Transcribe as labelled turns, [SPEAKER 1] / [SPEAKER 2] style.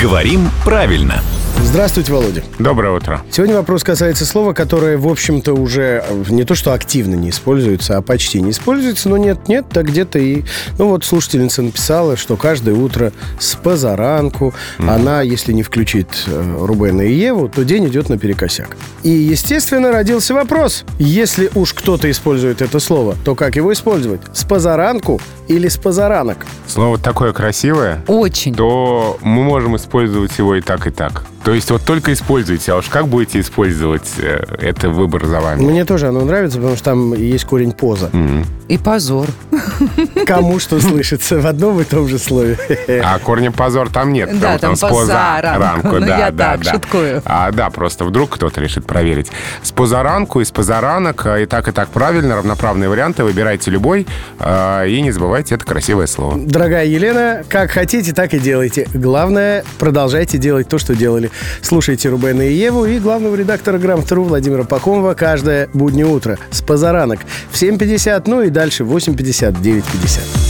[SPEAKER 1] Говорим правильно.
[SPEAKER 2] Здравствуйте, Володя.
[SPEAKER 3] Доброе утро.
[SPEAKER 2] Сегодня вопрос касается слова, которое, в общем-то, уже э, не то что активно не используется, а почти не используется, но нет-нет, да где-то и... Ну вот слушательница написала, что каждое утро с позаранку она, если не включит э, Рубена и Еву, то день идет наперекосяк. И, естественно, родился вопрос, если уж кто-то использует это слово, то как его использовать? С позаранку или с позаранок?
[SPEAKER 3] Слово такое красивое,
[SPEAKER 4] Очень.
[SPEAKER 3] то мы можем использовать его и так, и так. То есть вот только используйте, а уж как будете использовать, э, это выбор за вами.
[SPEAKER 2] Мне тоже оно нравится, потому что там есть корень поза.
[SPEAKER 4] И позор.
[SPEAKER 2] Кому что слышится в одном и том же слове.
[SPEAKER 3] А корня позор там нет.
[SPEAKER 4] Да,
[SPEAKER 3] потому
[SPEAKER 4] там
[SPEAKER 3] что с позаранку,
[SPEAKER 4] позаранку. Ну,
[SPEAKER 3] да,
[SPEAKER 4] я
[SPEAKER 3] да,
[SPEAKER 4] так,
[SPEAKER 3] да.
[SPEAKER 4] шуткую.
[SPEAKER 3] А, да, просто вдруг кто-то решит проверить. С позаранку и с позаранок, э, и так, и так правильно, равноправные варианты, выбирайте любой, э, и не забывайте, это красивое слово.
[SPEAKER 2] Дорогая Елена, как хотите, так и делайте. Главное, продолжайте делать то, что делали. Слушайте Рубена и Еву и главного редактора Грамм-Тру Владимира Пахомова каждое буднее утро с позаранок в 7.50, ну и дальше в 8.50, 9.50.